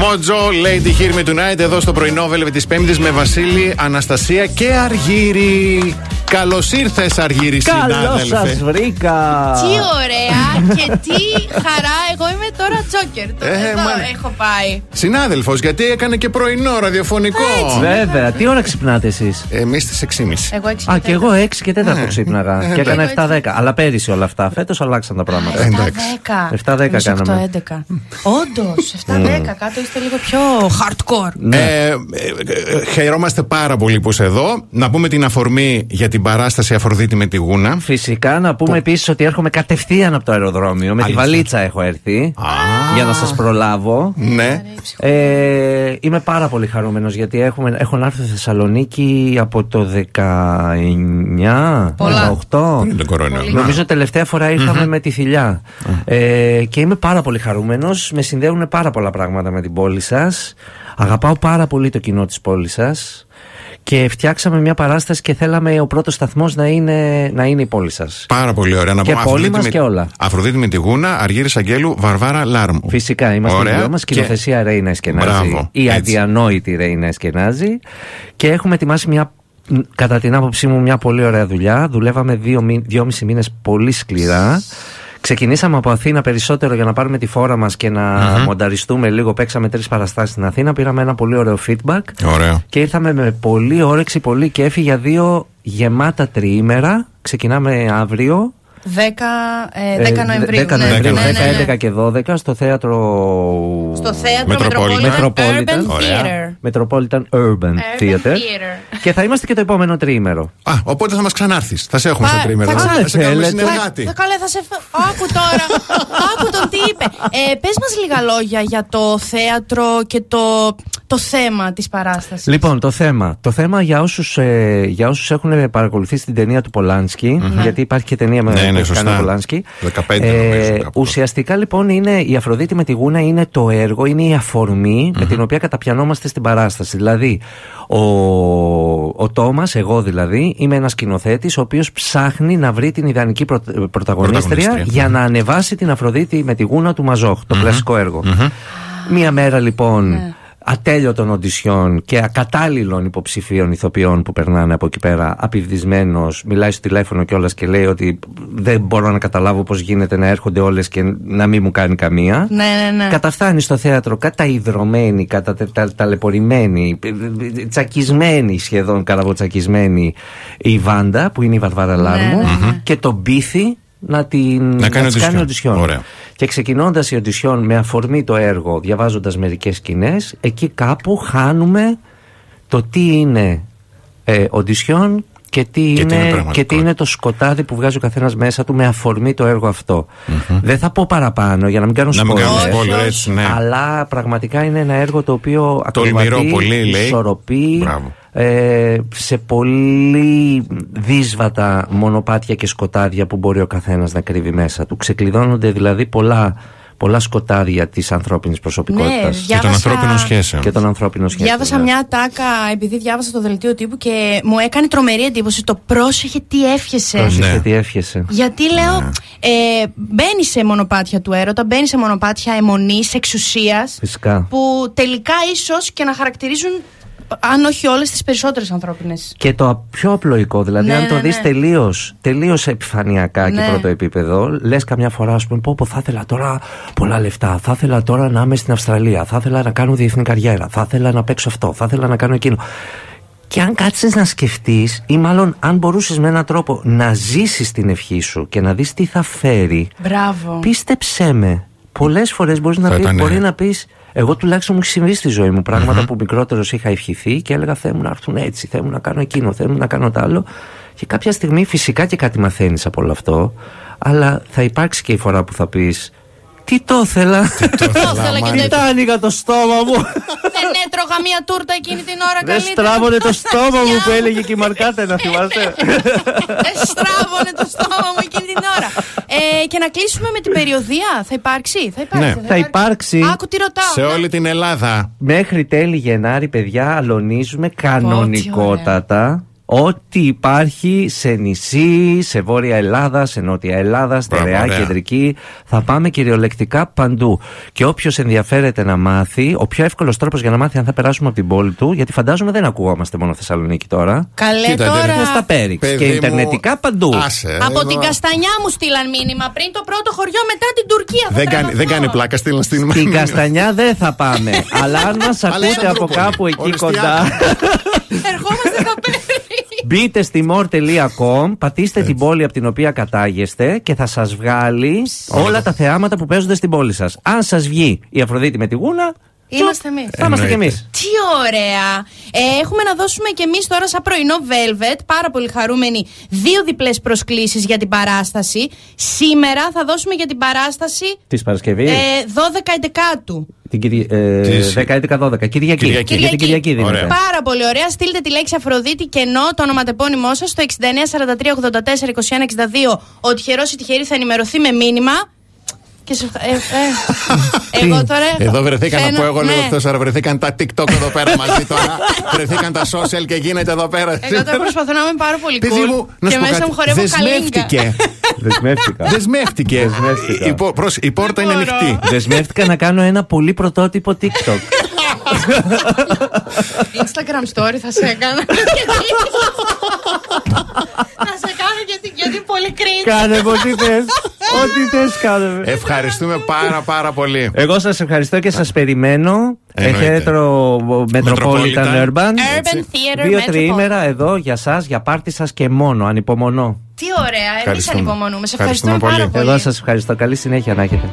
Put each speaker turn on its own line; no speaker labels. Mojo, Lady Hear Me Tonight, εδώ στο πρωινό βέλευε της Πέμπτης με Βασίλη, Αναστασία και Αργύρι. Καλώς ήρθες, Αργύρι,
Καλώς σα
συνάδελφε.
βρήκα.
Τι ωραία και τι χαρά. Εγώ είμαι τώρα τζόκερ. Το-
Ε,
Εδώ
μάλιστα.
έχω πάει.
Συνάδελφος, γιατί έκανε και πρωινό ραδιοφωνικό.
Βέβαια, τι ώρα ξυπνάτε εσείς.
Εμείς στι 6.30.
Ε,
Εγώ έτσι.
Α, και εγώ 6 και
Ναι.
4
Ε,
ξύπναγα. Και έκανα
εντάξει.
7-10. Αλλά πέρυσι όλα αυτά. Φέτος αλλάξαν τα
ναι.
πράγματα.
εντάξει.
7-10
7-10 κάναμε.
8-11. Όντω,
Mm.
7-10 κάτω είστε λίγο πιο hardcore.
ναι.
Ε, ε, ε, χαιρόμαστε πάρα πολύ που είσαι εδώ. Να πούμε την αφορμή για την παράσταση Αφροδίτη με τη Γούνα.
Φυσικά να πούμε επίσης ότι έρχομαι κατευθείαν από το αεροδρόμιο. Με τη
Αλήθεια.
βαλίτσα έχω έρθει. Για να σας προλάβω.
Ναι.
Ε, είμαι πάρα πολύ χαρούμενος γιατί έχουμε, έχω να έρθω στη Θεσσαλονίκη από το 19,
Πολλά.
18.
Είναι το κορονοϊό. Να.
Νομίζω τελευταία φορά ήρθαμε με τη θηλιά. Ε, και είμαι πάρα πολύ χαρούμενος. Με συνδέουν πάρα πολλά πράγματα με την πόλη σας. Αγαπάω πάρα πολύ το κοινό της πόλης σας. Και φτιάξαμε μια παράσταση και θέλαμε ο πρώτος σταθμός να είναι, να είναι η πόλη σας.
Πάρα πολύ ωραία. Να
Και πόλη
Αφροδίτη
μας
με-
και όλα.
Αφροδίτη με τη Γούνα, Αργύρι Αγγέλου, Βαρβάρα Λάρμου.
Φυσικά, είμαστε
Ωραία.
οι δυο μας.
Και-
Κοινοθεσία Ρέινα Εσκενάζη.
Μπράβο,
Η
έτσι.
αδιανόητη Ρέινα Εσκενάζη. Και έχουμε ετοιμάσει μια, μ, κατά την άποψή μου, μια πολύ ωραία δουλειά. Δουλεύαμε δύο, μη- δυόμισι μήνες πολύ σκληρά. Ξεκινήσαμε από Αθήνα περισσότερο για να πάρουμε τη φόρα μας και να μονταριστούμε λίγο. Παίξαμε τρεις παραστάσεις στην Αθήνα. Πήραμε ένα πολύ ωραίο feedback.
Ωραία.
Και ήρθαμε με πολλή όρεξη, πολύ κέφι για δύο γεμάτα τριήμερα. Ξεκινάμε αύριο.
10, ε, 10
Ε,
Νοεμβρίου.
10
ναι,
Νοεμβρίου,
ναι, ναι, ναι.
10, 11 και 12 στο θέατρο.
Στο θέατρο
Μετροπόλιτα.
Metropolitan
Metropolitan.
Urban
Ωραία.
Theater.
Metropolitan Urban
Urban
Theater.
Theater.
Και θα είμαστε και το επόμενο τριήμερο.
Α, οπότε θα μας ξανάρθεις. Θα σε έχουμε
Πα-
στο τρίμερο.
θα
Θα σε κάνουμε
θέλετε.
συνεργάτη.
Θα, Ε, καλέ, θα σε. φα- Άκου τώρα. Άκου τον τι είπε. Ε, Πες μας λίγα λόγια για το θέατρο και το, το θέμα της παράστασης.
Λοιπόν, το θέμα. Το θέμα για όσους ε, για όσους έχουν παρακολουθήσει την ταινία του πολανσκι γιατί υπάρχει και ταινία με
Ναι,
που
ναι,
έχει κάνει
σωστά.
ο Πολάνσκι. ε,
15 νομίζω κάπου τότε.
ουσιαστικά λοιπόν είναι η Αφροδίτη με τη Γούνα είναι το έργο, είναι η αφορμη με την οποία καταπιανόμαστε στην παράσταση. Δηλαδή, ο, ο Τόμας, εγώ δηλαδή, είμαι ένας σκηνοθέτης ο οποίος ψάχνει να βρει την ιδανική πρω- πρωταγωνίστρια,
Πρωταγωνίστρια.
για να ανεβάσει την Αφροδίτη με τη Γούνα του Μαζόχ, το κλασικό έργο. Μία μέρα λοιπόν ατέλειωτων οντισιών και ακατάλληλων υποψηφίων ηθοποιών που περνάνε από εκεί πέρα, απειβδισμένο, μιλάει στο τηλέφωνο κιόλας και λέει ότι δεν μπορώ να καταλάβω πώς γίνεται να έρχονται όλες και να μην μου κάνει καμία.
Ναι, ναι, ναι.
Καταφτάνει στο θέατρο καταϊδρωμένη, κατα, τα, ταλαιπωρημένη, ε, ε, ε, τσακισμένη σχεδόν, καραβοτσακισμένη η Βάντα, που είναι η
Ναι,
Βαρβάρα Λάρμου, και τον πείθει να την
Να κάνει
της
audition.
κάνει audition.
Ωραία.
Και ξεκινώντας η audition με αφορμή το έργο, διαβάζοντας μερικές σκηνές, εκεί κάπου χάνουμε το τι είναι ε, audition και τι,
τι είναι
είναι, και τι
πραγματικότητα.
είναι το σκοτάδι που βγάζει ο καθένας μέσα του με αφορμή το έργο αυτό. Δεν θα πω παραπάνω για να μην κάνω
Να μην
spoiler.
κάνουμε
Όχι,
spoiler,
όχι.
έτσι, ναι.
Αλλά πραγματικά είναι ένα έργο το οποίο ακολουθεί,
λιμυρό πολύ, λέει.
ισορροπεί
Μπράβο.
ε, σε πολύ δύσβατα μονοπάτια και σκοτάδια που μπορεί ο καθένας να κρύβει μέσα του. Ξεκλειδώνονται δηλαδή πολλά, πολλά σκοτάδια της
Ναι,
ανθρώπινης προσωπικότητας
Και των
Διάβασα-
ανθρώπινων σχέσεων.
και των ανθρώπινων σχέσεων.
Διάβασα μια ατάκα επειδή διάβασα το δελτίο τύπου και μου έκανε τρομερή εντύπωση το πρόσεχε τι έφιασε.
Ναι.
Πρόσεχε Ναι. τι έφιασε.
Γιατί λέω, ε, μπαίνει σε μονοπάτια του έρωτα, μπαίνει σε μονοπάτια αιμονής, εξουσίας.
Φυσικά.
Που τελικά ίσως και να χαρακτηρίζουν, αν όχι όλες, τις περισσότερες ανθρώπινες.
Και το πιο απλοϊκό, δηλαδή,
Ναι,
αν το
ναι,
δεις
ναι.
τελείως, τελείως επιφανειακά και
Ναι.
πρώτο επίπεδο, λες καμιά φορά, ας πούμε, πω, πω, θα ήθελα τώρα πολλά λεφτά, θα ήθελα τώρα να είμαι στην Αυστραλία, θα ήθελα να κάνω διεθνή καριέρα, θα ήθελα να παίξω αυτό, θα ήθελα να κάνω εκείνο. Και αν κάτσεις να σκεφτείς ή μάλλον αν μπορούσες με έναν τρόπο να ζήσεις την ευχή σου και να δεις τι θα φέρει,
Μπράβο.
Πίστεψέ με. Πολλές φορές μπορείς να
Θα
πεις,
ήταν, ε.
μπορεί να πεις, Εγώ τουλάχιστον μου έχει συμβεί στη ζωή μου πράγματα που μικρότερος είχα ευχηθεί και έλεγα Θεέ μου να έρθουν έτσι, Θεέ μου να κάνω εκείνο, Θεέ μου να κάνω το άλλο. Και κάποια στιγμή φυσικά και κάτι μαθαίνεις από όλο αυτό, αλλά θα υπάρξει και η φορά που θα πεις Τι το ήθελα.
Το ήθελα και
Τι
το
τα άνοιγα το στόμα μου.
Δεν έτρωγα Ε, ναι, μία τούρτα εκείνη την ώρα
Δεν
καλύτερα.
στράβωνε το στόμα μου που έλεγε και η Μαρκάτε να θυμάστε.
Δεν Ε, στράβωνε το στόμα μου εκείνη την ώρα. Ε, και να κλείσουμε με την περιοδία. Θα υπάρξει. Θα υπάρξει.
Ναι.
Θα υπάρξει.
Άκου τι ρωτάω.
Σε
Να-
όλη την Ελλάδα.
Μέχρι τέλη Γενάρη, παιδιά, αλωνίζουμε κανονικότατα. Ό,τι υπάρχει σε νησί, σε βόρεια Ελλάδα, σε νότια Ελλάδα, στερεά,
ωραία.
κεντρική. Θα πάμε κυριολεκτικά παντού. Και όποιος ενδιαφέρεται να μάθει, ο πιο εύκολος τρόπος για να μάθει αν θα περάσουμε από την πόλη του, γιατί φαντάζομαι δεν ακουγόμαστε μόνο Θεσσαλονίκη τώρα.
Καλέ
Κοίτα,
τώρα.
Είναι στα Πέριξ
Παιδί
και
μου,
Ιντερνετικά παντού.
Άσε,
Από
εδώ.
την Καστανιά μου στείλαν μήνυμα πριν το πρώτο χωριό, μετά την Τουρκία. θα
Δεν κάνει,
τρελαθώ.
δεν κάνει πλάκα, στείλα στην
Την Καστανιά δεν θα πάμε. αλλά αν μας ακούτε από
Αλεξανδρούπολη.
κάπου εκεί
Οριστιά.
κοντά,
Ερχόμαστε στα πέρι.
μπείτε στη more.com, πατήστε την πόλη από την οποία κατάγεστε και θα σας βγάλει όλα τα θεάματα που παίζονται στην πόλη σας. Αν σας βγει η Αφροδίτη με τη γούνα,
Είμαστε εμείς.
θα είμαστε κι
Εννοείται.
εμείς.
Τι ωραία! Ε, έχουμε να δώσουμε και εμείς τώρα σαν πρωινό Velvet, πάρα πολύ χαρούμενοι, δύο διπλές προσκλήσεις για την παράσταση. Σήμερα θα δώσουμε για την παράσταση
Της Παρασκευής.
ε, 12 του.
Την Κυρι... ε,
Τις-
10-11-12. Κυριακή.
Κυριακή.
Για την Κυριακή δίνεται.
Ωραία.
Πάρα πολύ ωραία. Στείλτε τη λέξη Αφροδίτη και ενώ το ονοματεπώνυμό σας στο 6943842162. Ο τυχερός ή τυχερή θα ενημερωθεί με μήνυμα. Και σε... ε, ε, εγώ τώρα. έχω-
Εδώ βρεθήκαν, να
φαίνω-
πω εγώ
ναι.
λίγο αυτό, τώρα βρεθήκαν τα TikTok εδώ πέρα μαζί τώρα. βρεθήκαν τα social και γίνεται εδώ πέρα.
Εγώ τώρα προσπαθώ να είμαι πάρα πολύ
Παιδί μου,
cool.
να
Και
σου πω
μέσα
κάτι,
μου χορεύω καλίνκα.
Δεσμεύτηκε.
Δεσμεύτηκα.
Δεσμεύτηκε.
Δεσμεύτηκα.
Η πο- προς- Η πόρτα είναι
μπορώ.
ανοιχτή.
Δεσμεύτηκα να κάνω ένα πολύ πρωτότυπο TikTok.
Instagram story θα σε έκανα. θα σε κάνω γιατί, γιατί πολύ cringe.
κάνε μου ό,τι θες. Ό,τι θες, κάνε με.
Ε, Ευχαριστούμε πάρα πάρα πολύ.
Εγώ σας ευχαριστώ και σας περιμένω.
Εννοείται.
Εχέτρο Metropolitan
Metropolitan.
Urban.
Urban Theater
Δύο
Metropole.
τριήμερα εδώ για σας, για πάρτι σας και μόνο. Ανυπομονώ.
Τι ωραία, εμείς
Ευχαριστούμε.
ανυπομονούμε. Σε
Ευχαριστούμε
ευχαριστούμε πάρα
πολύ.
πολύ.
Εγώ σας ευχαριστώ. Καλή συνέχεια να έχετε.